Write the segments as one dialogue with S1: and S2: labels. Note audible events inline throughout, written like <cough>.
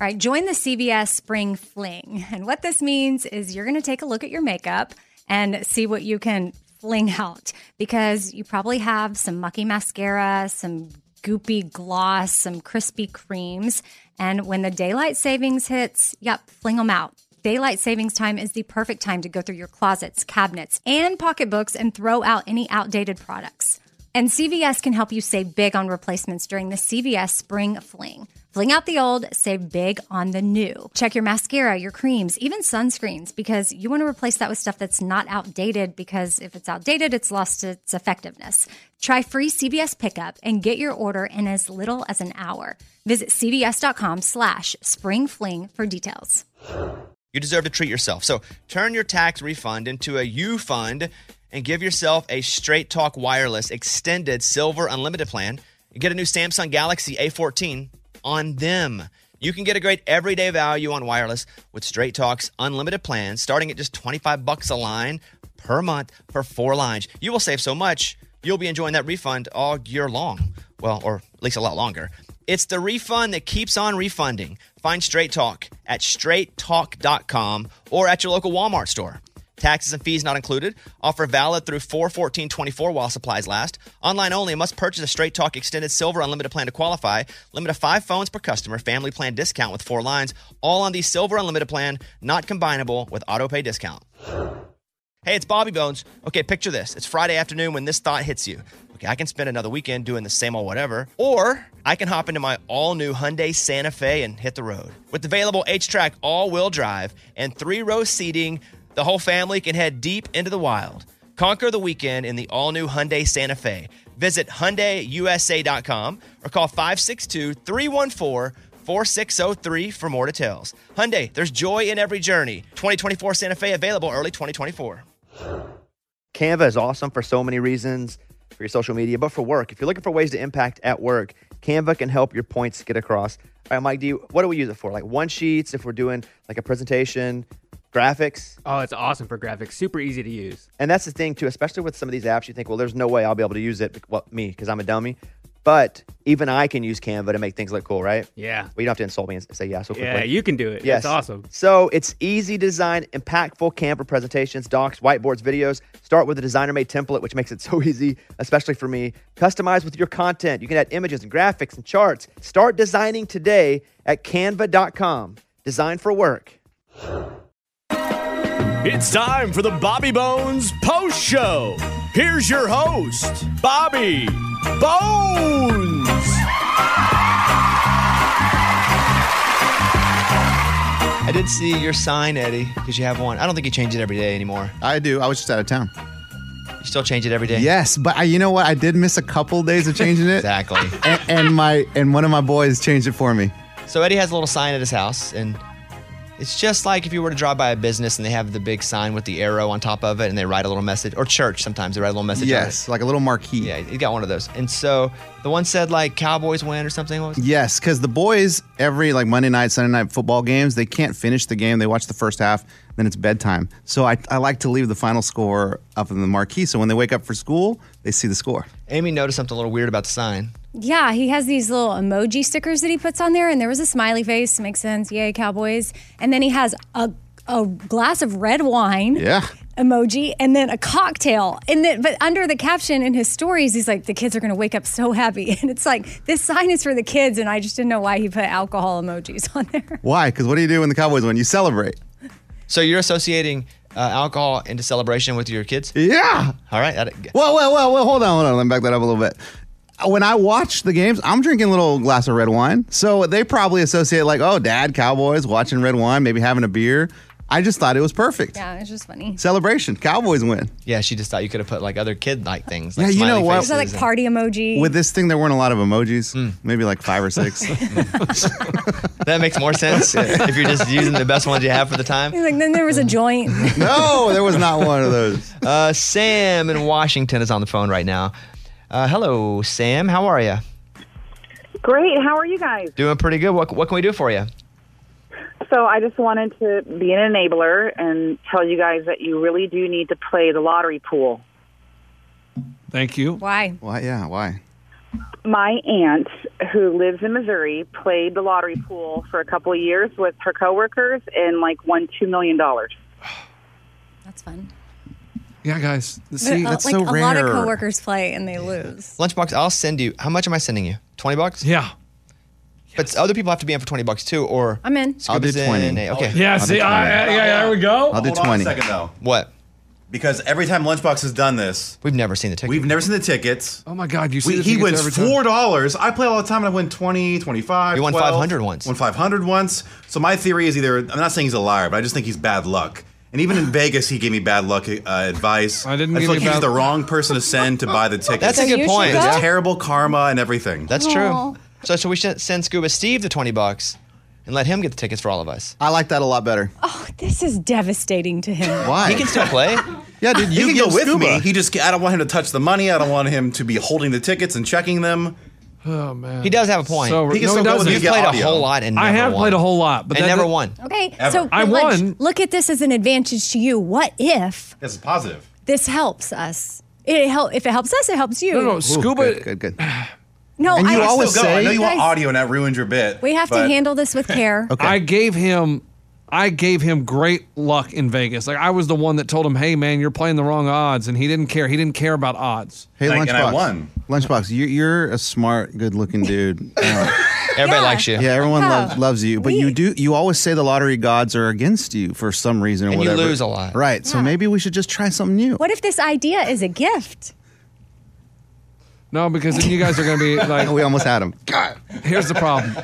S1: All right, join the CVS Spring Fling. And what this means is you're going to take a look at your makeup and see what you can fling out because you probably have some mucky mascara, some goopy gloss, some crispy creams. And when the daylight savings hits, yep, fling them out. Daylight savings time is the perfect time to go through your closets, cabinets, and pocketbooks and throw out any outdated products. And CVS can help you save big on replacements during the CVS Spring Fling. Fling out the old, save big on the new. Check your mascara, your creams, even sunscreens, because you want to replace that with stuff that's not outdated, because if it's outdated, it's lost its effectiveness. Try free CVS pickup and get your order in as little as an hour. Visit cvs.com slash springfling for details.
S2: You deserve to treat yourself. So turn your tax refund into a U fund and give yourself a Straight Talk Wireless Extended Silver Unlimited plan and get a new Samsung Galaxy A14 on them. You can get a great everyday value on wireless with Straight Talk's unlimited plans starting at just 25 bucks a line per month for four lines. You will save so much. You'll be enjoying that refund all year long. Well, or at least a lot longer. It's the refund that keeps on refunding. Find Straight Talk at straighttalk.com or at your local Walmart store. Taxes and fees not included. Offer valid through 41424 while supplies last. Online only. Must purchase a Straight Talk Extended Silver Unlimited plan to qualify. Limit of five phones per customer. Family plan discount with four lines. All on the Silver Unlimited plan. Not combinable with auto pay discount. Hey, it's Bobby Bones. Okay, picture this. It's Friday afternoon when this thought hits you. Okay, I can spend another weekend doing the same old whatever, or I can hop into my all new Hyundai Santa Fe and hit the road. With available H track all wheel drive and three row seating, the whole family can head deep into the wild. Conquer the weekend in the all new Hyundai Santa Fe. Visit HyundaiUSA.com or call 562 314 4603 for more details. Hyundai, there's joy in every journey. 2024 Santa Fe available early 2024.
S3: Canva is awesome for so many reasons for your social media, but for work, if you're looking for ways to impact at work, Canva can help your points get across. All right, Mike, do you, what do we use it for? Like one sheets if we're doing like a presentation, graphics.
S4: Oh, it's awesome for graphics. Super easy to use.
S3: And that's the thing too, especially with some of these apps, you think, well, there's no way I'll be able to use it. Well, me, because I'm a dummy. But even I can use Canva to make things look cool, right?
S4: Yeah.
S3: Well, you don't have to insult me and say yeah so quickly.
S4: Yeah, you can do it.
S3: Yes.
S4: It's awesome.
S3: So it's easy design, impactful Canva presentations, docs, whiteboards, videos. Start with a designer made template, which makes it <laughs> so easy, especially for me. Customize with your content. You can add images and graphics and charts. Start designing today at canva.com. Design for work.
S5: It's time for the Bobby Bones Post Show. Here's your host, Bobby Bones.
S2: I did see your sign, Eddie, because you have one. I don't think you change it every day anymore.
S6: I do. I was just out of town.
S2: You still change it every day.
S6: Yes, but I, you know what? I did miss a couple days of changing it.
S2: Exactly.
S6: and, and my and one of my boys changed it for me.
S2: So Eddie has a little sign at his house, and it's just like if you were to drive by a business and they have the big sign with the arrow on top of it, and they write a little message, or church sometimes they write a little message. on
S6: Yes,
S2: it.
S6: like a little marquee.
S2: Yeah, he got one of those. And so the one said like Cowboys win or something. What was it?
S6: Yes, because the boys every like Monday night, Sunday night football games, they can't finish the game. They watch the first half, then it's bedtime. So I, I like to leave the final score up in the marquee. So when they wake up for school, they see the score.
S2: Amy noticed something a little weird about the sign.
S1: Yeah, he has these little emoji stickers that he puts on there, and there was a smiley face. Makes sense. Yay, Cowboys. And then he has a, a glass of red wine.
S6: Yeah.
S1: emoji and then a cocktail. And then, but under the caption in his stories, he's like, the kids are going to wake up so happy. <laughs> And it's like, this sign is for the kids. And I just didn't know why he put alcohol emojis on
S6: <laughs>
S1: there.
S6: Why? Because what do you do when the Cowboys win? You celebrate.
S2: So you're associating uh, alcohol into celebration with your kids.
S6: Yeah.
S2: All right. I,
S6: Well, well, well, well. Hold on, hold on. Let me back that up a little bit. Uh, When I watch the games, I'm drinking a little glass of red wine. So they probably associate like, oh, dad, Cowboys watching red wine, maybe having a beer. I just thought it was perfect.
S1: Yeah, it's just funny.
S6: Celebration, Cowboys win.
S2: yeah, she just thought you could have put like other kid like things. Like
S6: Yeah, you know
S2: smiley
S6: what?
S1: Is that like
S2: faces and-
S1: party emoji?
S6: With this thing, there weren't a lot of emojis,
S7: Hmm.
S6: maybe like five or
S7: <laughs>
S6: six.
S2: That makes more
S6: <laughs>
S2: sense if you're just using the best ones you have for the time.
S1: He's <laughs> like, then there was a
S6: <laughs>
S1: joint.
S6: no, there was not one of those.
S2: Uh, Sam in Washington is on the phone right now. Uh, hello, Sam. How are you?
S8: Great. How are you guys?
S2: Doing pretty good. What, what can we do for you?
S8: So I just wanted to be an enabler and tell you guys that you really do need to play the lottery pool.
S7: Thank
S1: <laughs>
S7: you.
S1: why?
S6: Why? Yeah, why?
S8: my aunt, who lives in Missouri, played the lottery pool for a couple of years with her coworkers and like won two million dollars.
S1: That's fun.
S6: Yeah, guys. See,
S1: Uh,
S6: that's
S1: like
S6: so
S1: a
S6: rare.
S1: lot of coworkers play and they lose.
S2: Lunchbox, I'll send you. How much am I sending you? 20 bucks?
S5: Yeah.
S2: But other people have to be in for 20 bucks too, or.
S1: I'm in.
S6: I'll do
S2: Scoob's in.
S6: 20.
S2: Okay.
S5: Yeah, see,
S6: try
S5: I,
S6: that.
S5: yeah, yeah, there we go.
S6: I'll do
S7: Oh, Hold on
S6: 20.
S7: a second though,
S2: What?
S7: because every time Lunchbox has done this,
S2: We've never seen the ticket.
S7: we've never seen the tickets.
S5: Oh my God, you see
S7: We,
S5: the
S7: he
S5: tickets
S7: wins
S5: every time.
S7: four dollars. I play all the time, and I win 20, 25.
S2: You won
S7: 12,
S2: 500 once.
S7: Won five hundred once. So my theory is either I'm not saying he's a liar, but I just think he's bad luck. And even in Vegas, he gave me bad luck uh, advice.
S5: I didn't
S7: I
S5: give
S7: feel like
S5: you
S7: he's
S5: bad-
S7: the wrong person to send to buy the tickets.
S2: That's a
S1: So
S2: good
S1: you
S2: point.
S1: should go?
S7: It's terrible karma and everything.
S2: That's
S1: Aw.
S2: true. So, so we should send Scuba Steve the 20 bucks and let him get the tickets for all of us.
S6: I like that a lot better.
S1: This is devastating to
S6: <laughs>
S1: him.
S6: Why?
S2: He can still play.
S6: yeah, dude, you
S7: you can
S6: give
S7: go with
S6: Scuba.
S7: me. He just I don't want him to touch the money. I don't want him to be holding the tickets and checking them.
S5: Oh man,
S2: He does have a point.
S5: So
S7: He
S5: no,
S7: can
S5: he
S7: still go with
S5: doesn't.
S7: you
S2: You've
S7: get
S2: played
S7: audio.
S2: a whole lot and
S5: I
S2: never
S5: have
S2: won.
S5: played a whole lot, but
S2: and
S5: that-
S2: never
S5: that-
S2: won.
S1: Okay,
S7: Ever.
S1: so
S5: I
S1: Lunch,
S5: won.
S1: Look at this as an advantage to you. What if
S7: That's positive.
S1: this helps us? It help if it helps us, it helps you.
S5: No, no,
S6: Ooh,
S5: Scuba.
S6: Good, good,
S7: <sighs>
S6: good.
S1: No,
S6: And you
S1: I
S6: always
S7: Still go. I know you want
S1: Guys,
S7: audio, and that ruined your bit.
S1: We have to
S7: but-
S1: handle this with care.
S5: I gave him I gave him great luck in Vegas. Like I was the one that told him, "Hey man, you're playing the wrong odds." And he didn't care. He didn't care about odds.
S6: Hey, Lunchbox.
S7: Like, and I won.
S6: Lunchbox, you, you're a smart, good-looking
S7: <laughs>
S6: dude. Uh,
S2: Everybody
S1: Yeah.
S2: likes you.
S6: yeah, everyone
S1: Yeah.
S6: loves, loves you, but you
S1: We-
S6: do. You always say the lottery gods are against you for some reason or
S2: And you
S6: whatever.
S2: lose a lot.
S6: right? So maybe we should just try something new.
S1: What if this idea is a gift?
S5: No, because then you guys are going to be like,
S6: We almost had him. God.
S5: here's the problem.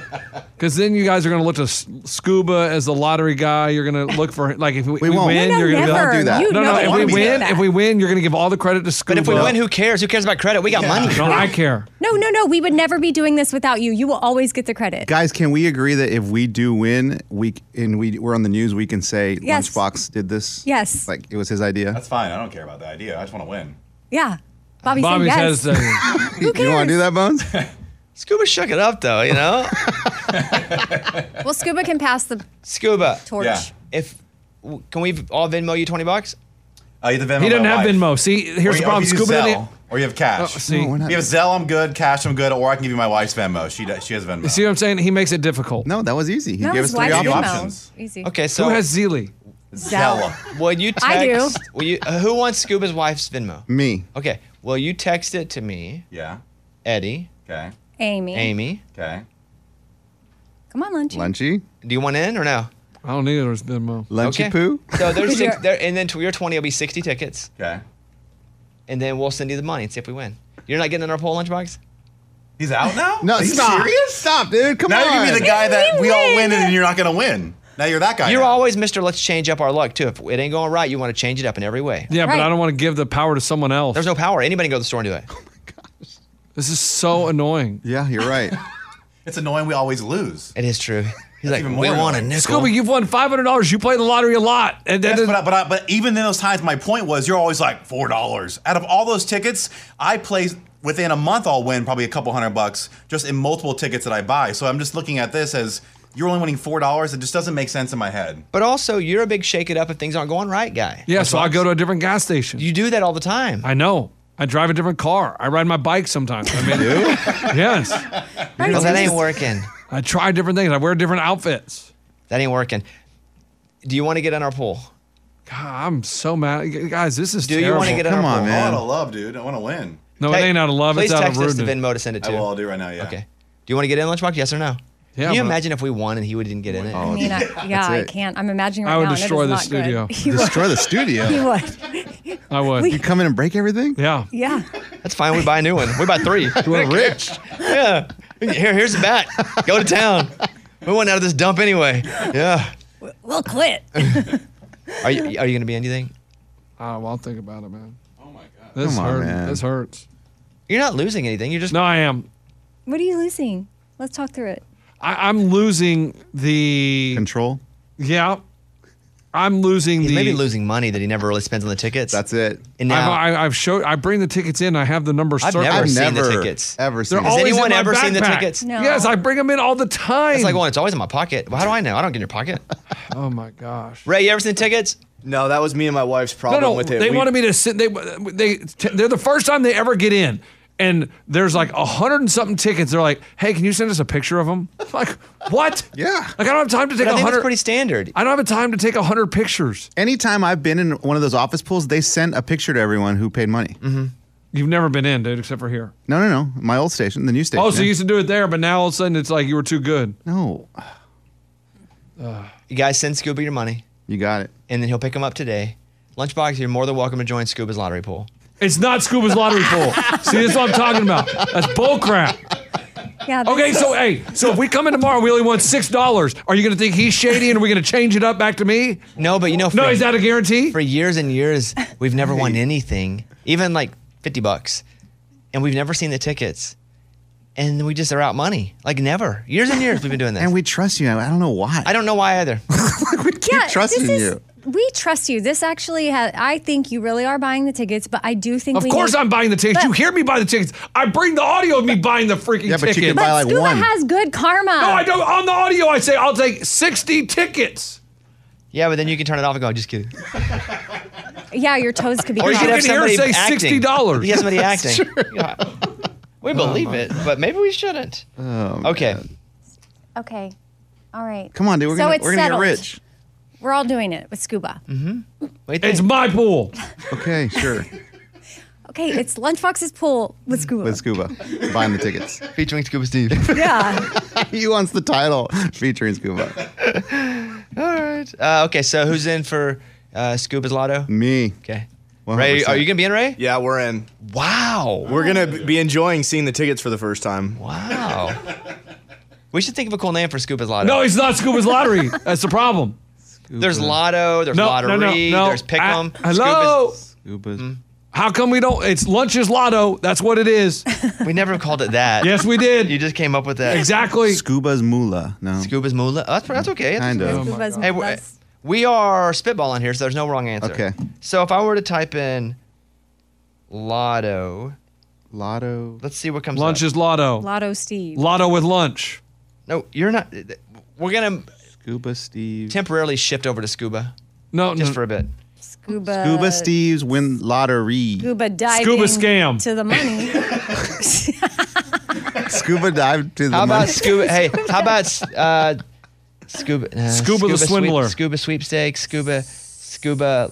S5: Because then you guys are going to look to S- Scuba as the lottery guy. You're going to look for like if we, we
S6: won't.
S5: win,
S1: no,
S5: you're going to
S1: never.
S5: be like,
S6: Don't do that.
S1: You
S5: no,
S1: know
S5: no.
S1: that
S5: If
S1: you
S5: we
S1: do
S5: win,
S1: that.
S5: if we win, you're going to give all the credit to Scuba.
S2: But if we win, who cares? Who cares about credit? We got money.
S5: <laughs> No, I care.
S1: no, no, no, we would never be doing this without you. You will always get the credit.
S6: Guys, can we agree that if we do win, we c- and we we're on the news, we can say
S1: Yes.
S6: Lunchbox did this.
S1: Yes.
S6: like it was his idea.
S7: That's fine. I don't care about the idea. I just want to win.
S1: yeah, Bobby,
S5: Bobby
S1: said yes.
S5: says that.
S1: <laughs> Who cares?
S6: You want to do that,
S7: <laughs>
S6: Bones?
S2: Scuba shook it up though, you know?
S1: Well, Scuba can pass the
S2: <laughs> Scuba,
S1: torch.
S7: Yeah.
S2: if w- can we all Venmo you 20 bucks?
S7: Uh, you have the Venmo
S5: he doesn't
S7: my
S5: have
S7: wife.
S5: Venmo. See, here's the
S7: or,
S5: problem.
S7: you- or you
S5: Scuba
S7: use
S5: didn't.
S7: Zelle, or you have cash.
S5: Oh, see,
S6: we're not-
S7: You have Zelle, I'm good. Cash, I'm good. Or I can give you my wife's Venmo. She does, she has Venmo.
S5: see what I'm saying? He makes it difficult.
S6: No, that was easy. He
S1: No,
S6: gave us
S1: his
S6: three
S1: wife's
S7: options.
S1: email.
S7: Options.
S1: Easy.
S2: Okay, so
S5: Who has Zeely?
S1: Zelle.
S2: will you text
S1: I do.
S2: Will you, uh, who wants Scuba's wife's Venmo?
S6: Me.
S2: Okay. Will you text it to me,
S7: Yeah.
S2: Eddie,
S7: Okay.
S1: Amy.
S2: Amy?
S7: Okay.
S1: Come on, lunch.
S6: Lunchy.
S2: Do you want in or no?
S5: I don't need his Venmo.
S6: Lunchy
S7: <laughs>
S6: poo.
S1: <laughs>
S2: So there's six,
S1: You're-
S2: there, and then to your 20 will be 60 tickets,
S7: Okay.
S2: and then we'll send you the money and see if we win. You're not getting in our poll lunchbox?
S7: He's out now?
S6: No,
S7: Are you
S6: stop.
S7: serious?
S6: Stop, dude. Come
S7: Now
S6: on.
S7: you're going to be the guy that we, all
S1: win.
S7: win and you're not going to win. Now you're that guy.
S2: You're
S7: now.
S2: always Mr. Let's change up our luck, too. If it ain't going right, you want to change it up in every way.
S5: Yeah,
S1: Right.
S5: but I don't want to give the power to someone else.
S2: There's no power. Anybody can go to the store and do it.
S5: this is so annoying.
S6: Yeah, you're
S7: <laughs>
S6: right.
S7: It's annoying we always lose.
S2: It is true. He's like,
S7: even
S2: we
S7: more
S2: want a
S7: annoying.
S2: nickel.
S5: Scooby, you've won five hundred dollars. You play the lottery a lot, and that
S7: Yes, but, I,
S5: doesn't-
S7: but, I, but even in those times, my point was you're always like four dollars. Out of all those tickets, I play within a month. I'll win probably a couple hundred bucks just in multiple tickets that I buy. So I'm just looking at this as you're only winning four dollars. It just doesn't make sense in my head.
S2: But also, you're a big shake it up if things aren't going right guy.
S5: yeah. So I go to a different gas station.
S2: You do that all the time.
S5: I know. I drive a different car. I ride my bike sometimes.
S2: <laughs>
S5: I mean, yes.
S1: Right,
S2: Well,
S1: so
S2: that
S1: just-
S5: <laughs>
S2: ain't working.
S5: I try different things. I wear different outfits.
S2: That ain't working. Do you want to get in our pool?
S5: God, I'm so mad, You guys. This is
S2: Do you
S5: terrible.
S2: want to get in
S6: Come
S2: our
S6: on,
S2: pool?
S6: man.
S7: I want to Oh, love, dude. I want to win.
S5: No, it
S2: Hey,
S5: ain't out of love.
S2: Please
S5: It's out of
S2: text us the
S5: rudeness.
S2: Venmo to send it
S7: I
S2: to.
S7: will. I'll do it right now. Yeah.
S2: Okay. Do you want to get in lunchbox? Yes or no?
S5: Yeah,
S2: Can you
S5: but-
S2: imagine if we won and he would- didn't get in it?
S1: I mean, I, yeah, I
S6: it.
S1: can't. I'm imagining right
S5: I would
S1: now. and it
S5: destroy
S1: is
S5: the
S1: not good. <laughs>
S5: studio.
S1: <laughs> He would.
S6: Destroy
S1: <laughs> He
S6: the studio.
S1: would.
S5: I would.
S6: You come in and break everything?
S5: yeah.
S1: Yeah.
S2: That's fine. We buy a new one. We buy
S5: <laughs>
S2: three.
S6: We're rich.
S2: yeah. Here, here's the bat. Go to town. We went out of this dump anyway. Yeah.
S1: We'll
S6: <laughs>
S1: quit.
S2: Are you Are you gonna be in? Do you think?
S5: Oh, well, I'll think about it, man. Oh my god. This
S6: Come on,
S5: hurts.
S6: man.
S5: This hurts.
S2: You're not losing anything. You're just
S5: No, I am.
S1: What are you losing? Let's talk through it.
S5: I, I'm losing the.
S6: Control.
S5: Yeah. I'm losing the.
S2: maybe losing money that he never really spends on the tickets.
S6: That's it.
S2: And
S5: I've,
S2: now
S5: I, I've showed. I bring the tickets in. I have the number
S2: I've
S5: circled.
S2: never
S6: I've
S2: seen the
S6: never
S2: tickets.
S6: ever
S5: They're
S6: seen.
S5: always
S6: it.
S2: anyone
S5: in my
S2: ever seen the
S5: backpack.
S2: tickets?
S1: No.
S5: Yes, I bring them in all the time.
S2: it's like one. It's always in my pocket. Well, how do I know? I don't get in your pocket.
S5: oh my gosh.
S2: Ray, you ever seen the tickets?
S9: No, that was me and my wife's
S5: No,
S9: problem
S5: no,
S9: with it.
S5: they
S9: We-
S5: wanted me to sit. They they they're the first time they ever get in, and there's like a hundred and something tickets. They're like, "Hey, can you send us a picture of them?" Like, what?
S6: Yeah.
S5: Like, I don't have time to take
S2: I
S5: a
S2: think it's
S5: hundred.
S2: pretty standard.
S5: I don't have time to take a hundred pictures.
S6: Anytime I've been in one of those office pools, they sent a picture to everyone who paid money.
S5: You've never been in, dude, except for here.
S6: No, no, no. My old station, the new station.
S5: Oh, so you used to do it there, but now all of a sudden it's like you were too good.
S6: no,
S2: You guys send Scuba your money,
S6: you got it.
S2: and then he'll pick them up today. Lunchbox, you're more than welcome to join Scuba's lottery pool.
S5: It's not Scuba's lottery pool. See, that's what I'm talking about. That's bullcrap.
S1: Yeah. this
S5: Okay,
S1: is-
S5: so hey, so if we come in tomorrow, we only won six dollars. Are you going to think he's shady, and are we going to change it up back to me?
S2: No, but you know, for,
S5: No, is that a guarantee?
S2: for years and years, we've never
S5: <laughs>
S2: won anything, even like 50 bucks, and we've never seen the tickets. And we just are out money. Like never. Years and years we've been doing this.
S6: And we trust you. I don't know why.
S2: I don't know why either.
S6: we keep
S1: yeah,
S6: trusting
S1: this is,
S6: you.
S1: We trust you. This actually, ha- I think you really are buying the tickets, but I do think
S5: Of
S1: we
S5: course,
S1: need-
S5: I'm buying the tickets.
S1: But-
S5: You hear me buy the tickets. I bring the audio of me buying the freaking
S6: Yeah, but you
S5: tickets.
S6: can
S1: But
S6: buy like
S1: Scuba
S6: one.
S1: has good karma.
S5: no, I don't. On the audio, I say I'll take sixty tickets.
S2: Yeah, but then you can turn it off and go, just kidding.
S1: Yeah, your toes
S5: <laughs>
S1: could be.
S5: Or you
S1: cut
S5: could
S1: off.
S5: have some- hear say $60.
S2: Yeah,
S5: <laughs>
S2: somebody acting. Yeah.
S5: Oh,
S2: We believe it, but maybe we shouldn't. okay.
S1: okay. All right.
S6: Come on, dude. We're
S1: so
S6: gonna,
S1: it's
S6: we're gonna get
S1: settled.
S6: rich. Mm-hmm.
S1: We're all doing it with Scuba.
S2: Wait,
S5: It's my pool.
S6: Okay, sure.
S1: Okay, it's Lunchbox's pool with Scuba.
S6: With scuba, buying the tickets.
S2: featuring Scuba Steve.
S1: Yeah.
S6: he wants the title featuring scuba.
S2: All right. Uh, okay, so who's in for uh, Scuba's Lotto?
S5: Mm.
S6: Me.
S2: Okay.
S6: 100%.
S2: Ray, are you going to be in, Ray?
S9: Yeah, we're in.
S2: Wow.
S9: We're gonna be enjoying seeing the tickets for the first time.
S2: Wow. we should think of a cool name for Scuba's Lotto.
S5: No, it's not Scuba's lottery. That's the problem.
S2: there's Lotto, there's
S5: No,
S2: Lottery,
S5: no, no, no.
S2: there's Pick'em.
S5: I- hello.
S2: Scuba's-
S6: Scuba's.
S5: How come we don't? It's lunches lotto. That's what it
S2: <laughs>
S5: is.
S2: we never called it that.
S5: <laughs> Yes, we did.
S2: You just came up with that.
S5: exactly.
S6: Scuba's moolah. No.
S2: Scuba's Moolah. Oh, that's, that's okay. That's
S6: Kind of.
S1: Scuba's
S5: Oh
S2: Hey, we-
S1: that's-
S2: we are spitballing here, so there's no wrong answer.
S6: Okay.
S2: So if I were to type in lotto,
S6: Lotto.
S2: let's see what comes
S5: Lunch
S2: up.
S5: is lotto.
S1: Lotto Steve.
S5: Lotto with lunch.
S2: No, you're not. We're going to
S6: Scuba Steve.
S2: temporarily shift over to scuba
S5: No,
S2: just
S5: no.
S2: for a bit.
S1: Scuba.
S6: Scuba Steve's win lottery.
S1: Uh, Scuba diving.
S5: Scuba scam.
S1: To the
S6: <laughs>
S1: money.
S6: Scuba dive to the
S2: How about
S6: money.
S2: scuba?
S5: <laughs>
S2: Hey, how about uh, scuba? Uh,
S5: Scuba the
S2: sweep-
S5: swindler.
S2: scuba sweepstakes. Scuba. Scuba.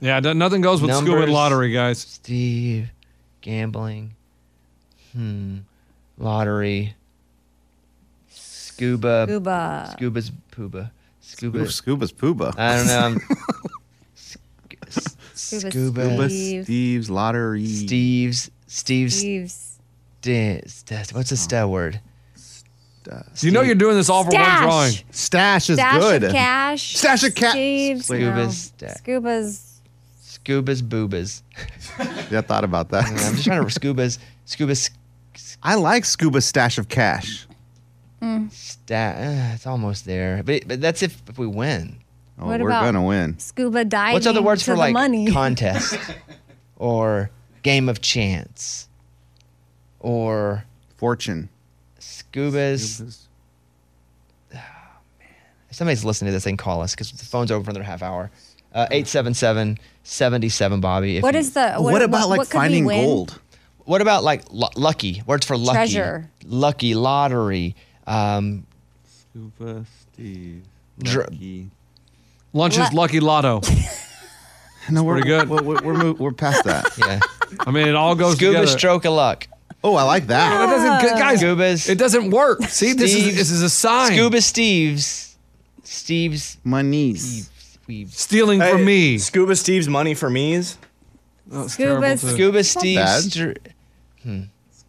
S5: yeah, d- nothing goes with Scuba
S2: Numbers.
S5: and lottery, guys.
S2: Steve. Gambling. Hmm. Lottery. Scuba.
S1: Scuba.
S2: Scuba's pooba. Scuba. Uh,
S6: Oof, Scuba's pooba.
S2: I don't know. I'm- <laughs> S-
S1: Scuba
S6: Scuba
S2: Scuba.
S1: Steve.
S6: Steve's lottery.
S2: Steve's. Steve's.
S1: Steve's.
S2: Dance. What's a stat word?
S5: You know you're doing this all for
S1: Stash.
S5: one drawing.
S6: Stash is
S1: Stash
S6: good.
S1: of cash.
S6: Stash of ca-
S1: Steve's.
S2: Scuba's
S1: No.
S2: stash.
S1: Scuba's.
S2: Scuba's boobas.
S6: Yeah, I thought about that.
S2: I'm just trying to scuba's scuba's
S6: I like Scuba Stash of Cash.
S2: stat. Uh, it's almost there, but, but that's if, if we win.
S6: Oh,
S1: What
S6: we're
S1: about-
S6: gonna win.
S1: Scuba diving.
S2: What's other words
S1: to
S2: for
S1: the
S2: like
S1: money? <laughs>
S2: contest or game of chance or
S6: Fortune.
S2: scuba's? If somebody's listening to this thing, call us because the phone's open for another half hour. Uh, 877-77 Bobby. If
S1: What
S2: you-
S1: is the.
S6: What, about like
S1: what could we
S6: finding
S1: win?
S6: gold?
S2: what about like lu- lucky words for lucky
S1: Treasure.
S2: lucky lottery um,
S6: Scuba Steve.
S2: Dr-
S5: Lunch is
S1: Lu-
S5: lucky lotto.
S6: No, we're
S5: pretty good.
S6: We're, we're, we're, mo- we're past that. <laughs>
S2: yeah.
S5: I mean, it all goes
S2: scuba
S5: together.
S2: stroke of luck
S6: Oh, I like
S5: That
S6: that.
S5: doesn't, gu- guys.
S2: Scuba's-
S5: It doesn't work. See, this is
S2: Steve's-
S5: this is a sign.
S2: scuba Steve's Steve's
S6: My niece.
S2: Weaves.
S5: stealing from
S9: Hey,
S5: me.
S9: Scuba Steve's money for me's.
S5: That's
S1: Scuba
S5: terrible, too.
S1: scuba-
S2: Scuba Steve.
S6: bad.
S2: Str-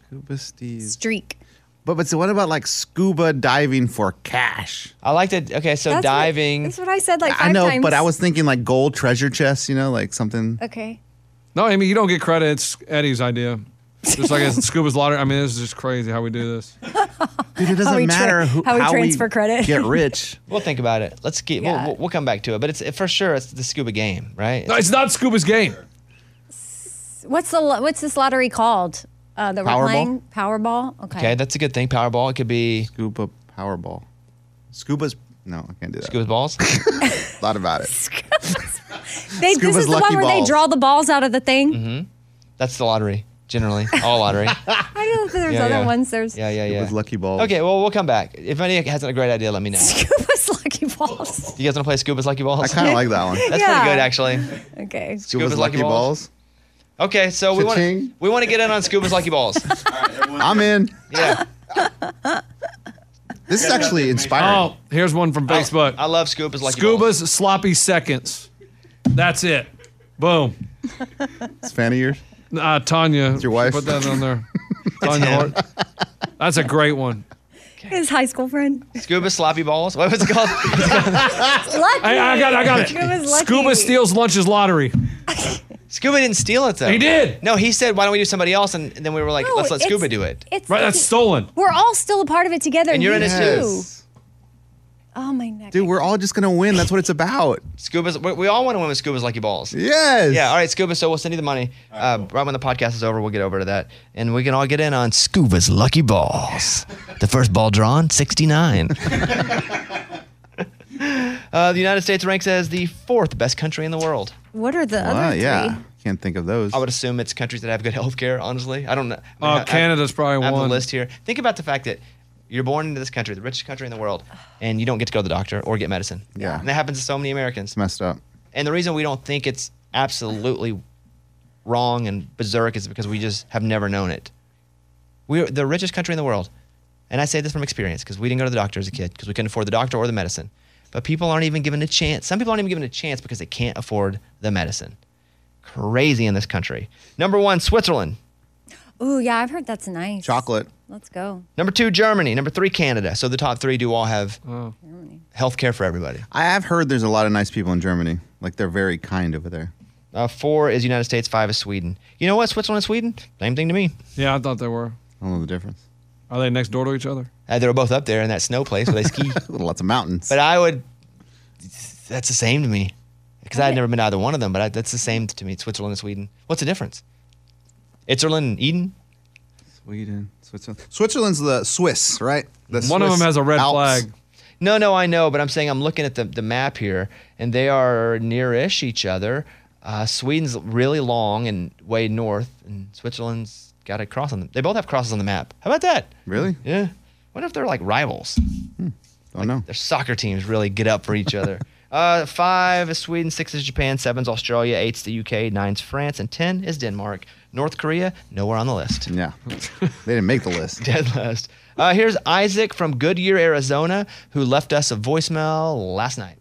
S6: Scuba Steve.
S1: Streak.
S6: But but so what about like scuba diving for cash?
S2: I like that. Okay, so
S1: That's what-
S2: diving.
S1: that's what I said like five
S6: I know,
S1: times.
S6: but I was thinking like gold treasure chests, you know, like something.
S1: Okay.
S5: No, I mean you don't get credit. It's Eddie's idea. Just like it's Scuba's lottery. I mean, this is just crazy how we do this.
S6: Dude, it doesn't
S1: we tra-
S6: matter who,
S1: how we transfer credit. <laughs>
S6: Get rich.
S2: we'll think about it. Let's keep.
S1: Yeah.
S2: We'll, we'll, we'll come back to it. But it's for sure. It's the scuba game, right?
S6: Oh,
S5: No, it's not Scuba's game.
S1: What's the lo- what's this lottery called? Uh, that
S6: Powerball?
S1: we're playing Powerball. Okay.
S2: okay, that's a good thing. Powerball. It could be
S6: Scuba Powerball. Scuba's no, I can't do that.
S2: scuba balls.
S6: Thought about it.
S1: they, this
S6: Scuba's
S1: is the one
S6: lucky
S1: where
S6: balls. Mm-hmm.
S1: they draw the balls out of the thing.
S2: That's the lottery. generally. All
S6: <laughs>
S2: lottery.
S1: I know that there's
S2: Yeah,
S1: other
S2: yeah.
S1: ones. There's
S2: Yeah, yeah,
S6: It
S2: yeah.
S6: was Lucky Balls.
S2: Okay, well, we'll come back. If any has a great idea, let me
S1: <laughs>
S2: know.
S1: Scuba's Lucky Balls.
S2: You guys want to play Scuba's Lucky Balls?
S6: I kind of like
S2: <laughs>
S6: that one.
S2: That's
S1: Yeah.
S2: pretty good, actually.
S1: Okay.
S6: Scuba's
S2: Lucky
S6: Lucky
S2: Balls.
S6: Balls.
S2: Okay, so we want to
S6: Cha-ching.
S2: we want to get in on Scuba's Lucky Balls.
S6: I'm in. <laughs>
S2: Yeah,
S6: This
S2: <laughs>
S6: is actually inspiring.
S5: Oh, here's one from Facebook.
S2: I love Scuba's Lucky Balls.
S5: Scuba's sloppy seconds. That's it. Boom.
S6: It's a fan of yours.
S5: Uh, Tanya,
S6: your wife.
S5: Put that on there. Tanya Hart. That's a great one.
S1: His high school friend.
S2: <laughs> Scuba Sloppy Balls. What was it
S5: <laughs>
S2: called?
S1: Lucky.
S5: Hey, I got it. I got it.
S1: Scuba's lucky.
S5: Scuba steals lunches lottery.
S2: Scuba didn't steal it though.
S5: He did.
S2: No, he said, "Why don't we do somebody else?" And, and then we were like,
S1: No,
S2: "Let's let
S1: it's-
S2: Scuba do it."
S1: It's
S2: <laughs>
S5: Right, that's stolen.
S1: We're all still a part of it together.
S2: And you're in
S1: you
S2: it
S1: too. Oh my neck.
S6: Dude, we're all just gonna win. That's what it's about.
S2: Scuba's. We, we all want to win with Scuba's Lucky Balls.
S6: Yes.
S2: Yeah. All right, Scuba. So we'll send you the money uh, right when the podcast is over. We'll get over to that, and we can all get in on Scuba's Lucky
S5: <laughs>
S2: Balls. the first ball drawn, sixty-nine. <laughs> uh, the United States ranks as the fourth best country in the world.
S1: What are the
S6: Wow,
S1: other
S6: yeah.
S1: three?
S6: Can't think of those.
S2: I would assume it's countries that have good health care, honestly. I don't know. I
S5: Oh,
S2: I-
S5: Canada's probably
S2: I have
S5: one.
S2: the list here. Think about the fact that you're born into this country, the richest country in the world, and you don't get to go to the doctor or get medicine.
S6: Yeah.
S2: And that happens to so many Americans.
S6: messed up.
S2: And the reason we don't think it's absolutely wrong and berserk is because we just have never known it. We're the richest country in the world. And I say this from experience because we didn't go to the doctor as a kid because we couldn't afford the doctor or the medicine. But people aren't even given a chance. Some people aren't even given a chance because they can't afford the medicine. Crazy in this country. Number one, Switzerland.
S1: Ooh, yeah, I've heard that's nice.
S6: Chocolate.
S1: Let's go.
S2: Number two, Germany. Number three, Canada. So the top three do all have health care for everybody.
S6: I have heard there's a lot of nice people in Germany. Like they're very kind over there.
S2: Uh, four is United States. Five is Sweden. You know what? Switzerland and Sweden, same thing to me.
S5: Yeah, I thought they were.
S6: I don't know the difference.
S5: Are they next door to each other?
S2: Uh, they were both up there in that snow place where they ski.
S6: Lots of mountains.
S2: But I would, that's the same to me. Because I had never been to either one of them, but I, that's the same to me, Switzerland and Sweden. What's the difference? Switzerland and Eden?
S6: Sweden, Switzerland. Switzerland's the Swiss, right? The
S5: One of
S6: Swiss
S5: them has a red
S6: Alps.
S5: flag.
S2: No, no, I know, but I'm saying I'm looking at the, the map here, and they are near-ish each other. Uh, Sweden's really long and way north, and Switzerland's got a cross on them. They both have crosses on the map. How about that?
S6: Really? Oh,
S2: Yeah. What if they're like rivals?
S6: Don't know.
S2: Their soccer teams really get up for each other. Uh, five is Sweden, six is Japan, seven's Australia, eight's the UK, nine's France, and ten is Denmark. North Korea, nowhere on the list.
S6: Yeah. they didn't make
S2: <laughs>
S6: the list.
S2: Dead last. Uh, here's Isaac from Goodyear, Arizona, who left us a voicemail last night.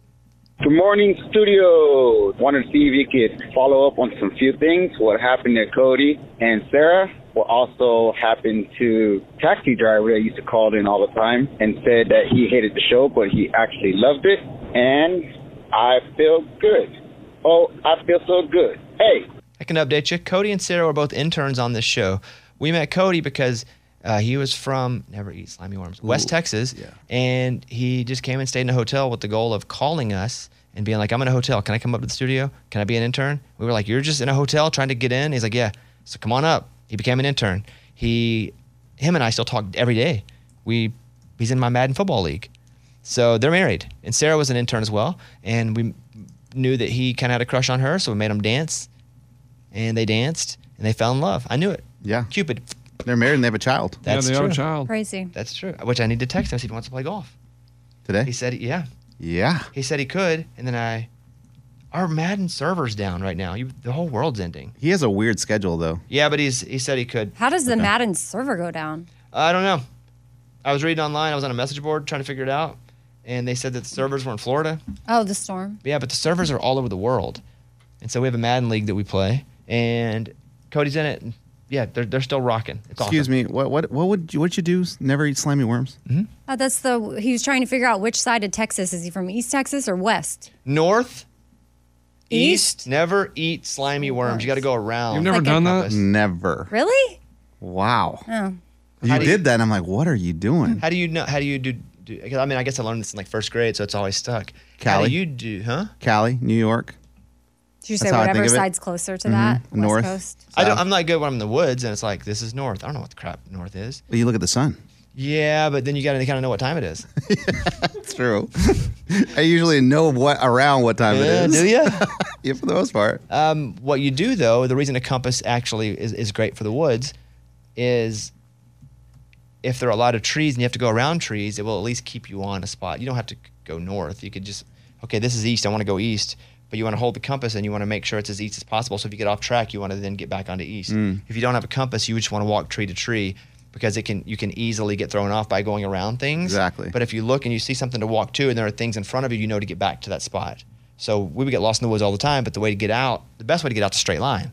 S10: Good morning, studio. Wanted to see if you could follow up on some few things. What happened to Cody and Sarah? What also happened to taxi driver that used to call in all the time and said that he hated the show, but he actually loved it. And I feel good. Oh, I feel so good. Hey,
S2: I can update you. Cody and Sarah were both interns on this show. We met Cody because uh, he was from Never Eat Slimy Worms, West Texas, and he just came and stayed in a hotel with the goal of calling us and being like, "I'm in a hotel. Can I come up to the studio? Can I be an intern?" We were like, "You're just in a hotel trying to get in." He's like, "Yeah." So come on up. He became an intern. He, him, and I still talk every day. We, he's in my Madden football league. So they're married, and Sarah was an intern as well. And we knew that he kind of had a crush on her, so we made him dance and they danced and they fell in love. I knew it.
S6: Yeah.
S2: Cupid.
S6: They're married and they have a child
S2: That's
S5: yeah, they
S2: true.
S5: have a child.
S1: Crazy.
S2: That's true. Which I need to text him. see if He wants to play golf. He
S6: today.
S2: said, yeah.
S6: Yeah.
S2: He said he could, and then I. Our Madden server's down right now. You, the whole world's ending.
S6: He has a weird schedule though.
S2: Yeah, but he's he said he could.
S1: How does the Madden server go down?
S2: I don't know. I was reading online. I was on a message board trying to figure it out, and they said that the servers were in Florida.
S1: Oh, the storm.
S2: Yeah, but the servers are all over the world, and so we have a Madden league that we play, and Cody's in it. And yeah, they're they're still rocking. It's
S6: Excuse
S2: awesome.
S6: me. What what what would you what you do? Never eat slimy worms.
S1: Oh, that's the. He was trying to figure out which side of Texas is he from, East Texas or West?
S2: North,
S1: East?
S2: east. Never eat slimy worms. You got to go around.
S5: You've never
S1: Like a-
S5: done that? Mm.
S2: Compass.
S6: Never.
S1: Really?
S6: Wow.
S1: Oh,
S6: You
S2: How do you-
S6: did that. And I'm like, what are
S2: <laughs>
S6: you doing?
S2: How do you know? How do you do? do 'cause I mean, I guess I learned this in like first grade, so it's always stuck. How
S6: Cali.
S2: do you do? Huh?
S6: Cali, New York.
S1: did you
S6: That's
S1: say
S6: how I
S1: whatever
S6: think of it.
S1: side's closer to that? West
S6: North.
S1: Coast.
S2: I don't, I'm not good when I'm in the woods, and it's like this is north. I don't know what the crap north is.
S6: Well, you look at the sun.
S2: Yeah, but then you got to kind of know what time it
S5: <laughs>
S2: is.
S6: It's true. <laughs> I usually know what around what time
S2: Yeah,
S6: it is.
S2: do you?
S6: <laughs>
S5: <laughs>
S6: yeah, for the most part.
S2: Um, what you do though, the reason a compass actually is, is great for the woods is if there are a lot of trees and you have to go around trees, it will at least keep you on a spot. You don't have to go north. You could just, okay, this is east. I want to go east, but you want to hold the compass and you want to make sure it's as east as possible. So if you get off track, you want to then get back onto east.
S6: Mm.
S2: If you don't have a compass, you just want to walk tree to tree because it can you can easily get thrown off by going around things.
S6: Exactly.
S2: But if you look and you see something to walk to and there are things in front of you, you know to get back to that spot. So we would get lost in the woods all the time, but the way to get out, the best way to get out is a straight line.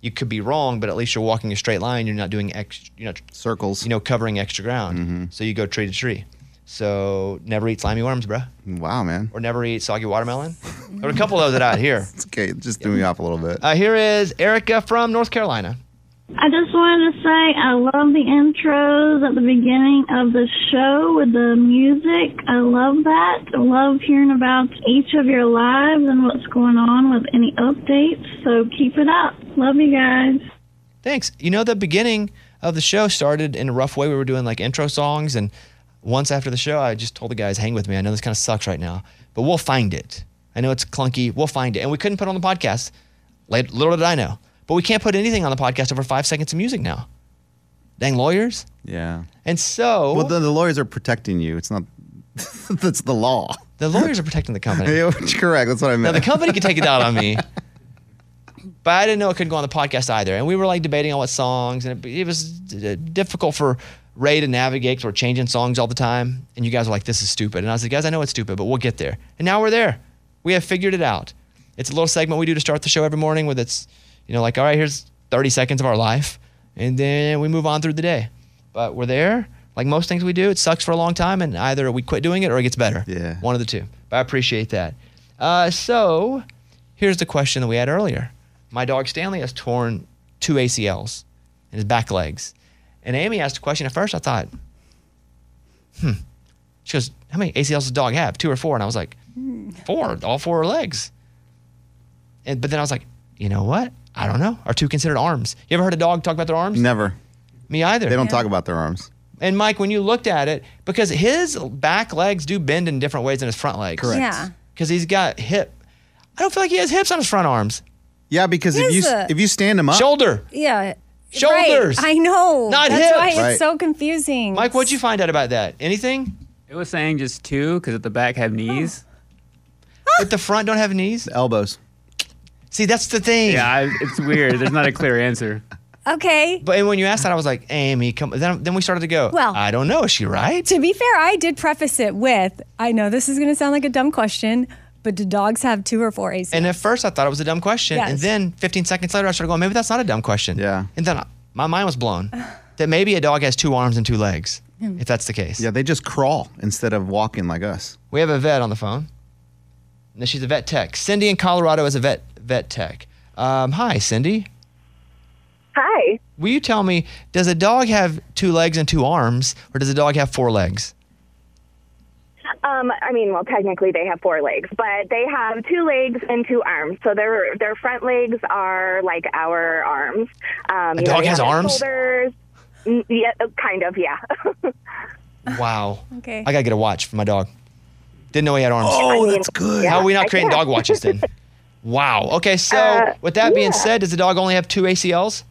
S2: You could be wrong, but at least you're walking a straight line. You're not doing extra, you know,
S6: circles.
S2: You know, covering extra ground. So you go tree to tree. So never eat slimy worms, bruh.
S6: Wow, man.
S2: Or never eat soggy watermelon. there were a couple of those out here.
S6: It's okay. It just threw me off a little bit.
S2: Uh, here is Erica from North Carolina.
S11: I just wanted to say I love the intros at the beginning of the show with the music. I love that. I love hearing about each of your lives and what's going on with any updates. So keep it up. Love you guys.
S2: Thanks. You know, the beginning of the show started in a rough way. We were doing like intro songs. And once after the show, I just told the guys, hang with me. I know this kind of sucks right now, but we'll find it. I know it's clunky. We'll find it. And we couldn't put it on the podcast. Lit- Little did I know. But we can't put anything on the podcast over five seconds of music now. Dang lawyers.
S6: Yeah.
S2: And so.
S6: Well, then the lawyers are protecting you. It's not. <laughs> that's the law. <laughs>
S2: The lawyers are protecting the company.
S6: yeah, which- correct. That's what I
S2: Now
S6: meant.
S2: the company could take it out on me, but I didn't know it couldn't go on the podcast either. And we were like debating on what songs, and it, it was d- difficult for Ray to navigate. 'cause We're changing songs all the time, and you guys were like, "This is stupid." And I was like, "Guys, I know it's stupid, but we'll get there." And now we're there. We have figured it out. It's a little segment we do to start the show every morning with it's, you know, like, all right, here's 30 seconds of our life, and then we move on through the day. But we're there. Like most things we do, it sucks for a long time, and either we quit doing it or it gets better. Yeah. One of the two. But I appreciate that. Uh, so here's the question that we had earlier. My dog Stanley has torn two ACLs in his back legs. And Amy asked a question at first. I thought, hmm. She goes, How many ACLs does a dog have? Two or four? And I was like, Four, all four legs. And, but then I was like, You know what? I don't know. Are two considered arms? You ever heard a dog talk about their arms?
S6: Never.
S2: Me either.
S6: They don't talk about their arms.
S2: And Mike, when you looked at it, because his back legs do bend in different ways than his front legs.
S6: Correct. Yeah.
S2: Because he's got hip. I don't feel like he has hips on his front arms.
S6: Yeah, because if you
S1: Is it?
S6: if you stand them up,
S2: shoulder.
S1: Yeah.
S2: Shoulders.
S1: Right. I know.
S2: Not
S1: That's
S2: hips.
S1: why it's
S2: Right.
S1: so confusing.
S2: Mike, what'd you find out about that? Anything?
S4: It was saying just two because at the back have knees.
S2: But the front don't have knees.
S6: elbows.
S2: See, that's the thing.
S4: <laughs> Yeah, I, it's weird. There's not a clear answer.
S1: Okay.
S2: But and when you asked that, I was like, Amy, come. Then, then we started to go.
S1: Well-
S2: I don't know. Is she right?
S1: To be fair, I did preface it with I know this is going to sound like a dumb question, but do dogs have two or four ACs?
S2: And at first, I thought it was a dumb question. And
S1: Yes.
S2: then 15 seconds later, I started going, maybe that's not a dumb question. Yeah. And then I, my mind was blown that maybe a dog has two arms and two
S1: <sighs>
S2: legs, if that's the case.
S6: Yeah, they just crawl instead of walking like us.
S2: We have a vet on the phone. No, she's a vet tech. Cindy in Colorado is a vet vet tech. Um, hi, Cindy.
S12: Hi.
S2: Will you tell me, does a dog have two legs and two arms, or does a dog have four legs?
S12: Um, I mean, well, technically they have four legs, but they have two legs and two arms. So their their front legs are like our arms. Um,
S2: A
S12: you
S2: dog
S12: they
S2: has
S12: have their
S2: arms?
S12: Shoulders. Mm, Yeah, kind of. Yeah. <laughs>
S2: Wow.
S12: Okay.
S2: I gotta get a watch for my dog. Didn't know he had arms.
S12: Oh, I mean, that's good.
S2: How are we
S12: yeah,
S2: not
S12: I
S2: creating
S12: guess.
S2: dog watches
S12: <laughs>
S2: then? Wow. Okay, so
S12: Uh,
S2: with that being
S12: yeah.
S2: said, does the dog only have two ACLs?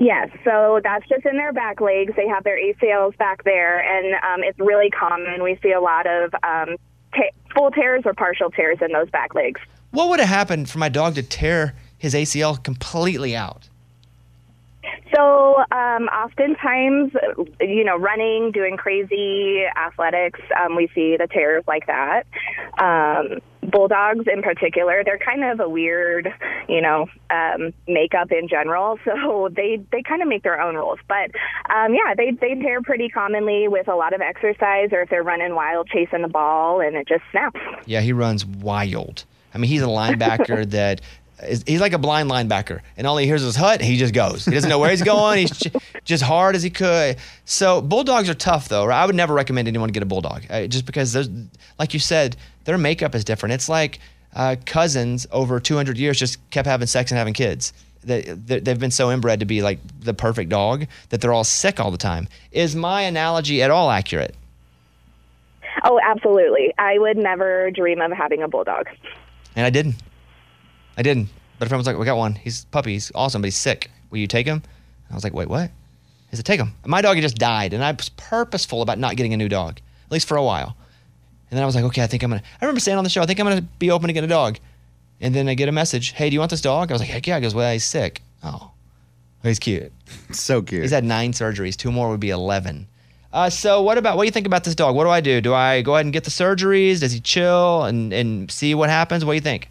S12: Yes, so that's just in their back legs. They have their ACLs back there, and um, it's really common. We see a lot of um, ta- full tears or partial tears in those back legs.
S2: What would have happened for my dog to tear his ACL completely out?
S12: So, um, oftentimes, you know, running, doing crazy athletics, um, we see the tears like that. Um, bulldogs, in particular, they're kind of a weird, you know, um, makeup in general. <laughs> So they they kind of make their own rules. But um, yeah, they they tear pretty commonly with a lot of exercise, or if they're running wild, chasing the ball, and it just snaps.
S2: Yeah, he runs wild. I mean, he's a linebacker that is, he's like a blind linebacker, and all he hears is hut. He just goes. He doesn't know where he's going. He's ju- just hard as he could. So bulldogs are tough, though. Right? I would never recommend anyone get a bulldog, uh, just because those, like you said, their makeup is different. It's like uh, cousins over 200 years just kept having sex and having kids. they, they- they've been so inbred to be like the perfect dog that they're all sick all the time. Is my analogy at all accurate?
S12: Oh, absolutely. I would never dream of having a bulldog.
S2: And I didn't. I didn't. But a friend was like, "We got one. He's a puppy. He's awesome, but he's sick. Will you take him?" And I was like, "Wait, what?" He said, "Take him." And my dog had just died, and I was purposeful about not getting a new dog, at least for a while. And then I was like, "Okay, I think I'm gonna." I remember saying on the show, "I think I'm gonna be open to get a dog." And then I get a message, "Hey, do you want this dog?" I was like, "Heck yeah!" He goes, "Well, he's sick." Oh, he's cute.
S6: so cute.
S2: He's had nine surgeries. Two more would be eleven. Uh, so what about what do you think about this dog? What do I do? Do I go ahead and get the surgeries? Does he chill and and see what happens? What do you think?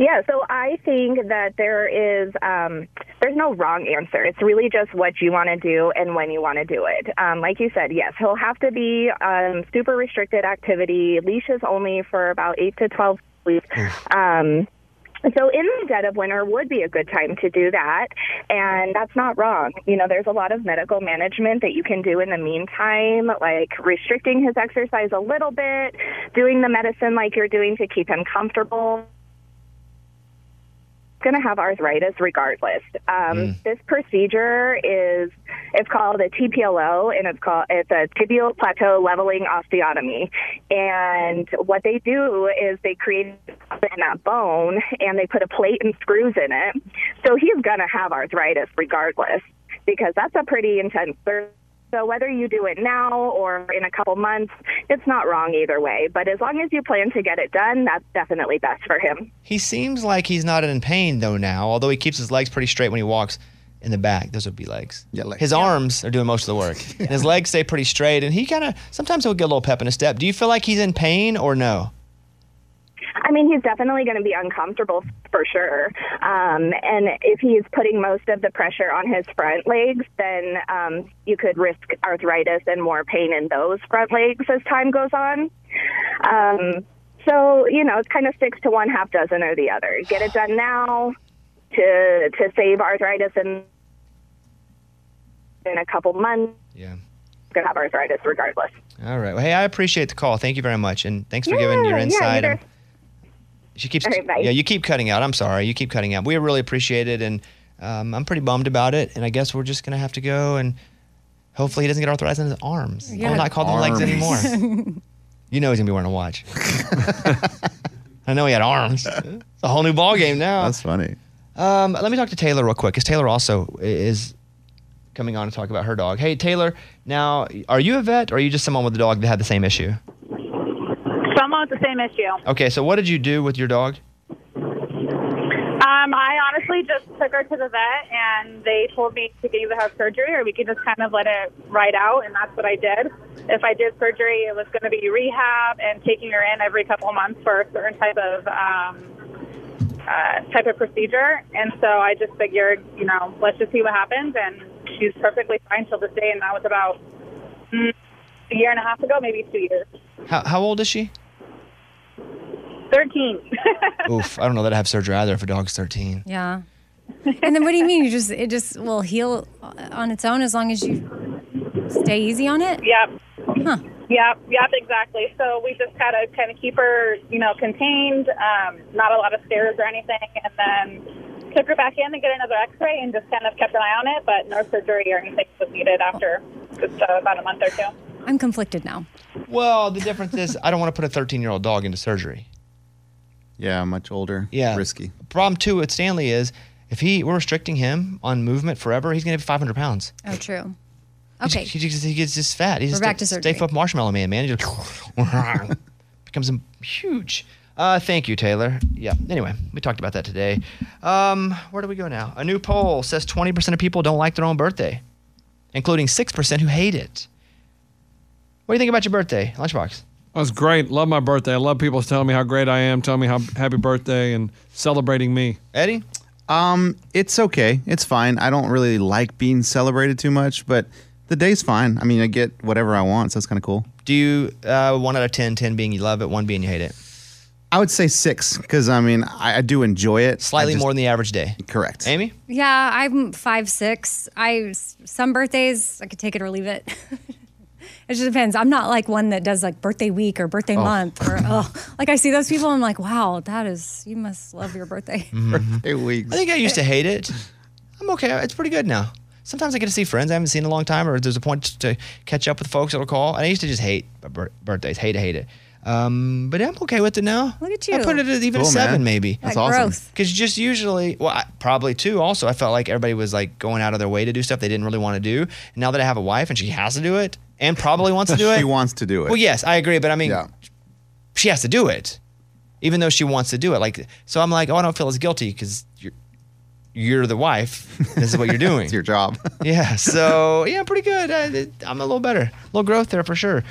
S12: Yeah, so I think that there is um, there's no wrong answer. It's really just what you want to do and when you want to do it. Um, like you said, yes, he'll have to be um, super restricted activity, leashes only for about eight to twelve weeks. Um, so in the dead of winter would be a good time to do that and that's not wrong you know there's a lot of medical management that you can do in the meantime like restricting his exercise a little bit doing the medicine like you're doing to keep him comfortable going to have arthritis regardless. Um, This procedure is it's called a TPLO, and it's called it's a tibial plateau leveling osteotomy. And what they do is they create in that bone, and they put a plate and screws in it. So he's going to have arthritis regardless, because that's a pretty intense surgery. So whether you do it now or in a couple months, it's not wrong either way. But as long as you plan to get it done, that's definitely best for him.
S2: He seems like he's not in pain though now, although he keeps his legs pretty straight when he walks in the back. Those would be legs. Yeah, legs. His arms are doing most of the <laughs> work. And his legs stay pretty straight and he kind of sometimes he'll get a little pep in his step. Do you feel like he's in pain or no?
S12: I mean, he's definitely going to be uncomfortable for sure. Um, and if he's putting most of the pressure on his front legs, then um, you could risk arthritis and more pain in those front legs as time goes on. Um, so, you know, it's kind of six to one, half dozen or the other. Get it done now to, to save arthritis in, in a couple months.
S2: Yeah.
S12: Going to have arthritis regardless.
S2: All right. Well, hey, I appreciate the call. Thank you very much and thanks for giving
S12: Yeah,
S2: your
S12: yeah,
S2: insight.
S12: you're-
S2: Um, she keeps
S12: All right, bye.
S2: Yeah, you keep cutting out. I'm sorry. You keep cutting out. We really appreciate it and um, I'm pretty bummed about it and I guess we're just going to have to go and hopefully he doesn't get arthritis in his arms. I'll not call them legs anymore. You know he's gonna be wearing a watch. <laughs> I know he had arms. It's a whole new ball game now. That's
S6: funny.
S2: Um, let me talk to Taylor real quick, because Taylor also i- is coming on to talk about her dog. Hey, Taylor, now are you a vet or are you just someone with a dog that had the same issue?
S13: Someone with the same issue.
S2: Okay, so what did you do with your dog?
S13: Um, I honestly just took her to the vet, and they told me she could either have surgery or we could just kind of let it ride out, and that's what I did. If I did surgery, it was going to be rehab and taking her in every couple of months for a certain type of um, uh, type of procedure. And so I just figured, you know, let's just see what happens, and she's perfectly fine till this day, and that was about mm, a year and a half ago, maybe two years.
S2: How, how old is she?
S13: Thirteen. <laughs>
S2: Oof, I don't know that I have surgery either if a dog's 13.
S1: Yeah. And then what do you mean? You just it just will heal on its own as long as you stay easy on it.
S13: Yep. Yep, yep, exactly. So we just had to kind of keep her, you know, contained, um, not a lot of stairs or anything, and then took her back in to get another X-ray and just kind of kept an eye on it, but no surgery or anything was needed after just uh, about a month or two.
S1: I'm conflicted now.
S2: Well, the difference is I don't want to put a 13 year old dog into surgery.
S6: Yeah, much older.
S2: Yeah.
S6: Risky.
S2: Problem two with Stanley is if he we're restricting him on movement forever, he's gonna be 500 pounds.
S1: Oh, true.
S2: He just-
S1: Okay.
S2: He just, he gets just fat. He
S1: We're
S2: just
S1: back to surgery.
S2: Stay Puft Marshmallow Man, man. He just <laughs> becomes a huge. Uh, thank you, Taylor. Yeah. Anyway, we talked about that today. Um, where do we go now? A new poll says 20% of people don't like their own birthday, including 6% who hate it. What do you think about your birthday, Lunchbox?
S5: That's great. Love my birthday. I love people telling me how great I am, telling me how happy birthday, and celebrating me.
S2: Eddie?
S6: Um, it's okay. It's fine. I don't really like being celebrated too much, but the day's fine. I mean, I get whatever I want, so that's kind of cool.
S2: Do you uh, one out of 10, 10 being you love it, one being you hate it?
S6: I would say six because I mean, I, I do enjoy it.
S2: Slightly more than the average day.
S6: Correct. <laughs>
S2: Amy?
S1: Yeah, I'm five six. I some birthdays I could take it or leave it. <laughs> It just depends. I'm not like one that does like birthday week or birthday month or oh, like I see those people. I'm like, wow, that is you must love your birthday.
S6: Birthday weeks.
S2: I think I used
S1: Eh.
S2: to hate it. I'm okay. It's pretty good now. Sometimes I get to see friends I haven't seen in a long time, or there's a point to catch up with folks that'll call. And I used to just hate my bir- birthdays, hate to hate it. Um, but I'm okay with it now.
S1: Look at
S2: I
S1: you.
S2: put it at even a
S1: Cool, man.
S2: seven, maybe.
S1: That's Yeah, awesome. growth.
S2: Because just usually, well, I, probably too. Also, I felt like everybody was like going out of their way to do stuff they didn't really want to do. And now that I have a wife and she has to do it, and probably wants to do it,
S6: <laughs> She wants to do it.
S2: Well, yes, I agree, but I mean, she has to do it, even though she wants to do it. Like, so I'm like, oh, I don't feel as guilty because you're you're the wife. This is what you're doing. it's <laughs>
S6: your job.
S2: yeah. So yeah, pretty good. I, I'm a little better. A little growth there for sure.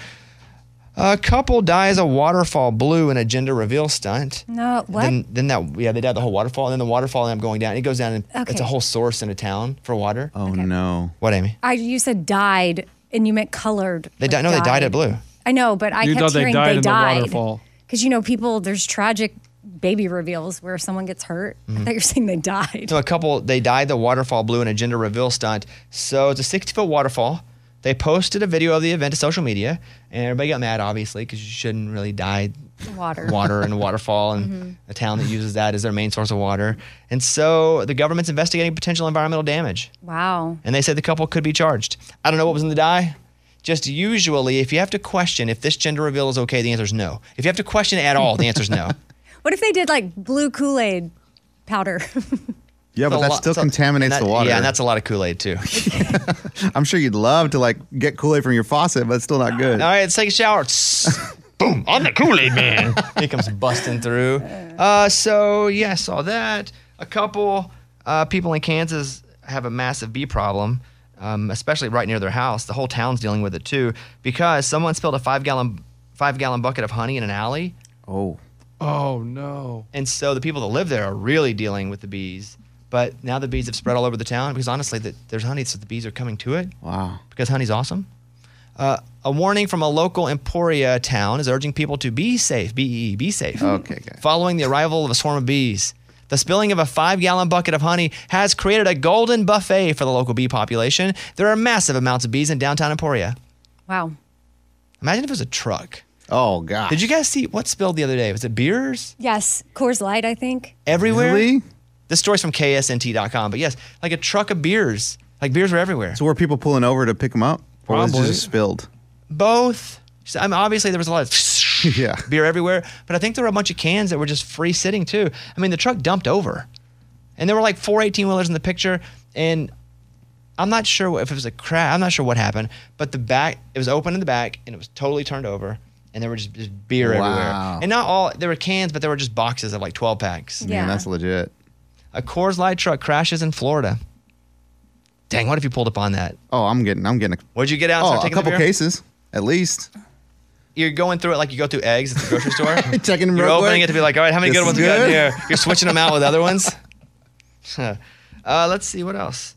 S2: A couple dyes a waterfall blue in a gender reveal stunt.
S1: No, what?
S2: Then, then that yeah, they dyed the whole waterfall, and then the waterfall ended up going down. It goes down, and it's
S1: Okay.
S2: a whole source in a town for water.
S6: Oh no!
S2: What, Amy?
S1: I you said dyed and you meant colored.
S2: They
S1: like
S2: dyed. No, they dyed it blue.
S1: I know, but I
S2: You
S1: kept
S2: thought they
S1: hearing
S2: died
S1: they
S2: in the
S1: died.
S2: waterfall.
S1: Because you know, people there's tragic baby reveals where someone gets hurt. I
S2: Mhm.
S1: thought you were saying they died.
S2: <laughs> So a couple they dyed the waterfall blue in a gender reveal stunt. So it's a 60 foot waterfall. They posted a video of the event to social media, and everybody got mad, obviously, because you shouldn't really dye
S1: Water.
S2: water and waterfall, and
S1: Mhm.
S2: a town that uses that as their main source of water. And so the government's investigating potential environmental damage,
S1: Wow.
S2: and they said the couple could be charged. I don't know what was in the dye. Just usually, if you have to question if this gender reveal is okay, the answer is no. If you have to question it at all, the answer is no.
S1: What if they did like blue Kool Aid powder? <laughs>
S6: Yeah, <laughs> but
S2: It's a
S6: that
S2: lot-
S6: still
S2: it's a-
S6: contaminates
S2: and that-
S6: the water.
S2: Yeah, and that's a lot of Kool Aid too.
S6: I'm sure you'd love to like get Kool Aid from your faucet, but it's still not good.
S2: All right, let's take a shower. <laughs> Boom! I'm the Kool Aid <laughs> Man. he comes busting through. Uh, so yeah, saw that. A couple uh, people in Kansas have a massive bee problem, um, especially right near their house. The whole town's dealing with it too because someone spilled a five gallon five gallon bucket of honey in an alley.
S6: Oh.
S2: Oh no. And so the people that live there are really dealing with the bees. But now the bees have spread all over the town because honestly, that there's honey, so the bees are coming to it.
S6: Wow.
S2: Because honey's awesome. Uh, a warning from a local Emporia town is urging people to be safe, B E E, be safe.
S6: Okay,
S2: Following the arrival of a swarm of bees. The spilling of a five gallon bucket of honey has created a golden buffet for the local bee population. There are massive amounts of bees in downtown Emporia.
S1: wow.
S2: Imagine if it was a truck.
S6: Oh, God.
S2: Did you guys see what spilled the other day? Was it beers?
S1: Yes, Coors Light, I think.
S2: everywhere. This story's from ksnt.com, but yes, like a truck of beers. Like beers were everywhere.
S6: So were people pulling over to pick them up, or was it
S2: Probably. <laughs>
S6: just spilled?
S2: Both. So, I mean, obviously there was a lot of <laughs>
S6: yeah.
S2: beer everywhere, but I think there were a bunch of cans that were just free sitting too. I mean, the truck dumped over, and there were like four 18 wheelers in the picture, and I'm not sure if it was a crash. I'm not sure what happened, but the back it was open in the back and it was totally turned over, and there were just, just beer
S6: Wow.
S2: everywhere, and not all there were cans, but there were just boxes of like 12 packs.
S6: Man, that's legit.
S2: A Coors Light truck crashes in Florida. Dang, what if you pulled up on that?
S6: Oh, I'm getting, I'm getting. A,
S2: What'd you get out? and
S6: Oh,
S2: start
S6: a
S2: taking the
S6: couple
S2: beer?
S6: cases at least.
S2: You're going through it like you go through eggs at the grocery
S6: <laughs>
S2: store.
S6: Checking them
S2: You're
S6: real
S2: opening
S6: quick.
S2: it to be like, all right, how many
S6: This
S2: good ones
S6: is
S2: we got
S6: good?
S2: here? You're switching them out with other
S6: <laughs>
S2: ones. <laughs> uh, let's see what else.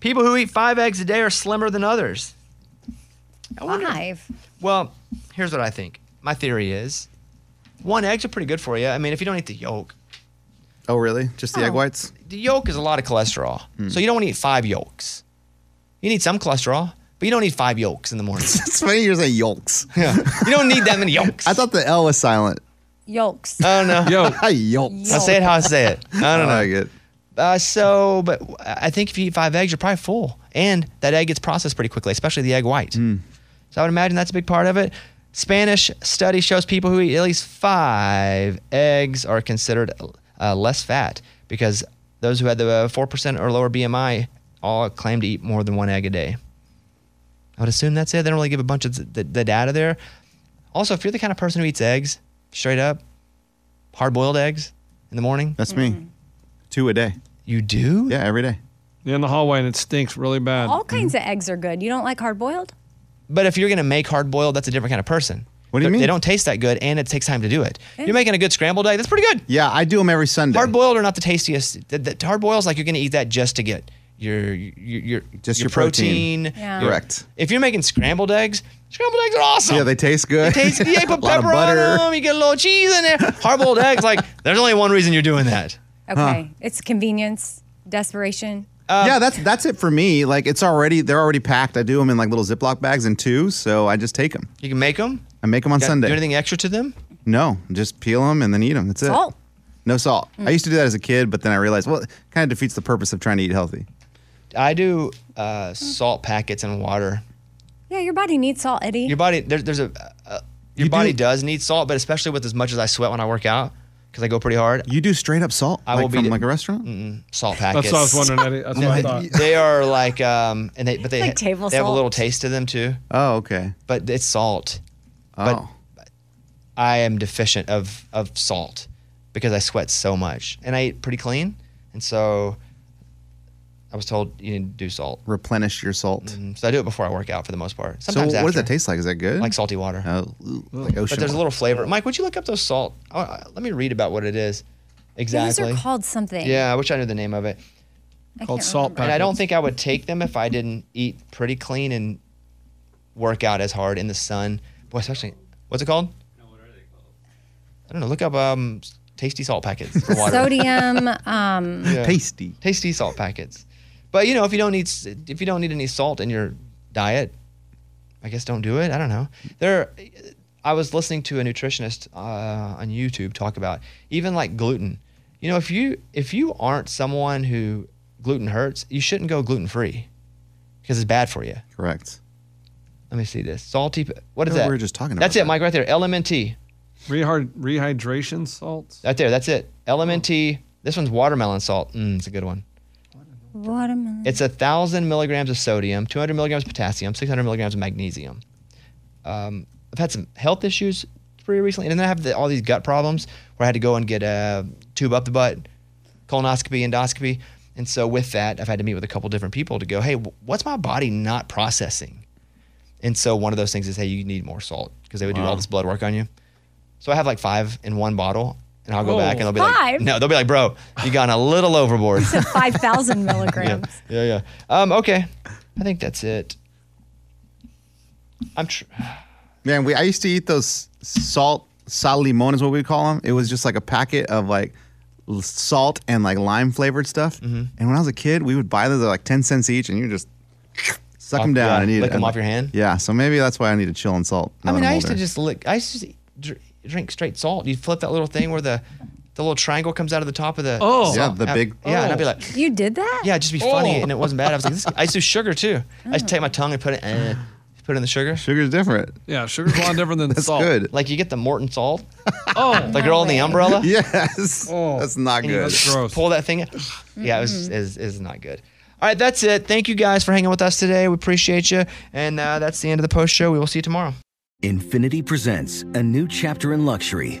S2: People who eat five eggs a day are slimmer than others.
S1: Five.
S2: Well, here's what I think. My theory is, one eggs are pretty good for you. I mean, if you don't eat the yolk,
S6: Oh, really? Just the egg
S2: Oh.
S6: whites?
S2: the yolk is a lot of cholesterol,
S6: Hmm.
S2: so you don't want to eat five yolks. You need some cholesterol, but you don't need five yolks in the
S6: <laughs>
S2: morning.
S6: It's funny you're
S2: <laughs>
S6: saying yolks.
S2: Yeah. You don't need that many yolks.
S6: I thought the L was silent.
S1: Yolks.
S2: Oh no.
S6: <laughs> yolks.
S2: I say it how I say it. I don't know.
S6: I like it.
S2: Uh, so, but I think if you eat five eggs, you're probably full, and that egg gets processed pretty quickly, especially the egg white. So I would imagine that's a big part of it. Spanish study shows people who eat at least five eggs are considered uh, less fat because those who had the uh, four percent or lower BMI all claim to eat more than one egg a day. I would assume that's it. They don't really give a bunch of the, the data there. Also, if you're the kind of person who eats eggs straight up, hard boiled eggs in the morning,
S6: that's me. Two a day.
S2: You do?
S6: Yeah, every day.
S5: You're in the hallway and it stinks really bad.
S2: Oh, mm-hmm.
S1: All kinds of eggs are good. You don't like hard boiled?
S2: But if you're going to make hard boiled, that's a different kind of person.
S6: What do you mean?
S2: They don't taste that good, and it takes time to do it. You're making a good scrambled egg. That's pretty good.
S6: Yeah, I do them every Sunday.
S2: Hard boiled are not the tastiest. The, the hard boils like you're going to eat that just to get your your your,
S6: Just your protein.
S2: protein.
S6: Yeah. Correct.
S2: If you're making scrambled eggs, scrambled eggs are awesome.
S6: Yeah, they taste good.
S2: They
S6: <laughs>
S2: taste. Yeah, you put
S6: A lot of
S2: pepper on
S6: butter.
S2: them. You get a little cheese in there. Hard boiled eggs, like there's only one reason you're doing that.
S1: Okay. It's convenience, desperation.
S6: yeah, that's that's it for me. Like it's already they're already packed. I do them in like little Ziploc bags and two, so I just take them.
S2: You can make them.
S6: I make them on
S2: Got-
S6: Sunday.
S2: Do anything extra to them?
S6: No, just peel them and then eat them. That's
S2: Salt?
S6: it. No salt.
S2: Mm.
S6: I used to do that as a kid, but then I realized well, it kind of defeats the purpose of trying to eat healthy.
S2: I do uh, salt packets and water.
S1: Yeah, your body needs salt, Eddie.
S2: Your body, there's, there's a, uh, your body does need salt, but especially with as much as I sweat when I work out because I go pretty hard.
S6: You do straight up salt.
S2: I
S6: like
S2: will be
S6: from
S2: the-
S6: like a restaurant.
S2: Mm-mm, salt
S6: That's what
S2: packets.
S6: I was wondering, Eddie.
S2: <laughs>
S6: That's what I
S2: No,
S6: thought.
S2: they- They are like, um, and they but they
S1: Like table
S2: they have a
S1: salt.
S2: little taste to them too.
S6: Oh, okay.
S2: But it's salt. Oh. But I am deficient of of salt because I sweat so much and I eat pretty clean, and so I was told you need to do salt.
S6: Replenish your salt.
S2: So I do it before I work out for the most part. Sometimes
S6: so what
S2: after.
S6: does that taste like? Is that good?
S2: Like salty water.
S6: Oh, ooh, like ocean.
S2: But there's a
S6: water.
S2: little flavor. Mike, would you look up those salt? Uh, uh, let me read about what it is. Exactly.
S1: These are called something.
S2: Yeah, I wish I knew the name of it.
S1: I
S2: Called
S1: can't
S2: salt.
S1: remember.
S2: And I don't think I would take them if I didn't eat pretty clean and work out as hard in the sun. Boy, especially what's it called? I don't know. Look up um, tasty salt packets for water.
S1: Sodium. Um,
S6: Tasty.
S2: Tasty salt packets. But you know, if you don't need s- if you don't need any salt in your diet, I guess don't do it. I don't know. There, I was listening to a nutritionist uh, on YouTube talk about even like gluten. You know, if you if you aren't someone who gluten hurts, you shouldn't go gluten free because it's bad for you.
S6: Correct.
S2: Let me see this salty. p- What is
S5: Yeah,
S2: that?
S5: Oh, we were just talking
S2: That's
S5: about
S2: it, Mike, right there. LMNT.
S5: Rehyd- rehydration salts.
S2: Right there. That's it.
S5: Oh.
S2: LMNT. This one's watermelon salt. Mm, it's a good one. <laughs>
S1: Watermelon.
S2: It's a thousand milligrams of sodium, 200 milligrams of potassium, 600 milligrams of magnesium. Um, I've had some health issues pretty recently, and then I have the, all these gut problems where I had to go and get a tube up the butt, colonoscopy, endoscopy, and so with that, I've had to meet with a couple different people to go, hey, wh- what's my body not processing? And so one of those things is, hey, you need more salt because they would do
S14: Wow.
S2: all this blood work on you. So I have like five in one bottle, and I'll go
S1: Whoa.
S2: back and they'll be like,
S1: Five?
S2: no, they'll be like, bro, you gone a little overboard.
S1: It's a 5,000
S2: yeah,
S1: milligram.
S2: yeah, yeah. Um, okay, I think that's it. I'm. Tr-
S6: Man, we I used to eat those salt sal limon is what we call them. It was just like a packet of like l- salt and like lime flavored stuff.
S2: Mm-hmm.
S6: And when I was a kid, we would buy those at like ten cents each, and you just suck them
S2: Off-
S6: down
S2: yeah,
S6: and eat
S2: lick
S6: it.
S2: 'em
S6: And,
S2: off your hand?
S6: Yeah, so maybe that's why I need to chill on salt.
S2: I
S6: now
S2: mean,
S6: that I'm
S2: I used to
S6: older.
S2: just lick. I used to just dr- drink straight salt. You flip that little thing where the the little triangle comes out of the top of the.
S6: Oh. Yeah,
S2: salt.
S6: the
S2: I-
S6: big-
S2: Yeah, and I'd be
S6: Oh.
S2: like,
S1: You did that?
S2: yeah, it'd just be funny, and it wasn't bad. I was like, this, I used to do sugar too. I used to take my tongue and put it, eh, put it in the sugar.
S6: Sugar's different. <laughs>
S5: Yeah, sugar's a lot different than salt.
S6: good.
S2: Like you get the Morton salt.
S5: Oh,
S2: the girl in the umbrella.
S6: <laughs> Yes,
S2: Oh.
S6: that's not
S2: And you
S6: good.
S2: just Pull that thing. out. Yeah, it was is is not good. All right, that's it. Thank you guys for hanging with us today. We appreciate you, and uh, that's the end of the post show. We will see you tomorrow.
S15: Infinity presents a new chapter in luxury,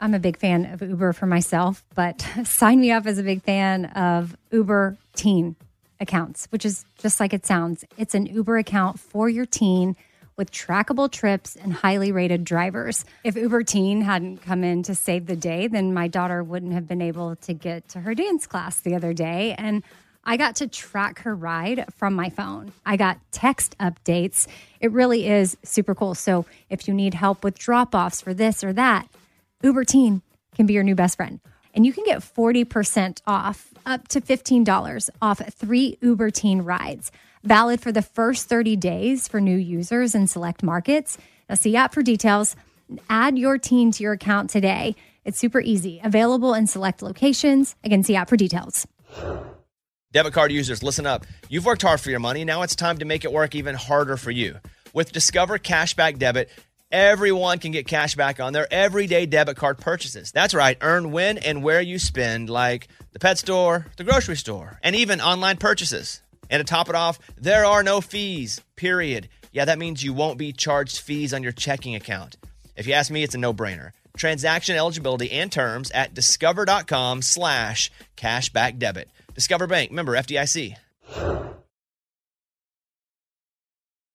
S1: I'm a big fan of Uber for myself, but <laughs> sign me up as a big fan of Uber teen accounts, which is just like it sounds. It's an Uber account for your teen with trackable trips and highly rated drivers. If Uber teen hadn't come in to save the day, then my daughter wouldn't have been able to get to her dance class the other day. And I got to track her ride from my phone. I got text updates. It really is super cool. So if you need help with drop offs for this or that, Uber Teen can be your new best friend. And you can get 40% off, up to $15 off three Uber Teen rides, valid for the first 30 days for new users in select markets. Now, see app for details. Add your teen to your account today. It's super easy, available in select locations. Again, see app for details.
S2: Debit card users, listen up. You've worked hard for your money. Now it's time to make it work even harder for you. With Discover Cashback Debit, everyone can get cash back on their everyday debit card purchases. That's right, earn when and where you spend, like the pet store, the grocery store, and even online purchases. And to top it off, there are no fees, period. Yeah, that means you won't be charged fees on your checking account. If you ask me, it's a no-brainer. Transaction eligibility and terms at discover.com slash cashback debit. Discover Bank, member FDIC. Hey,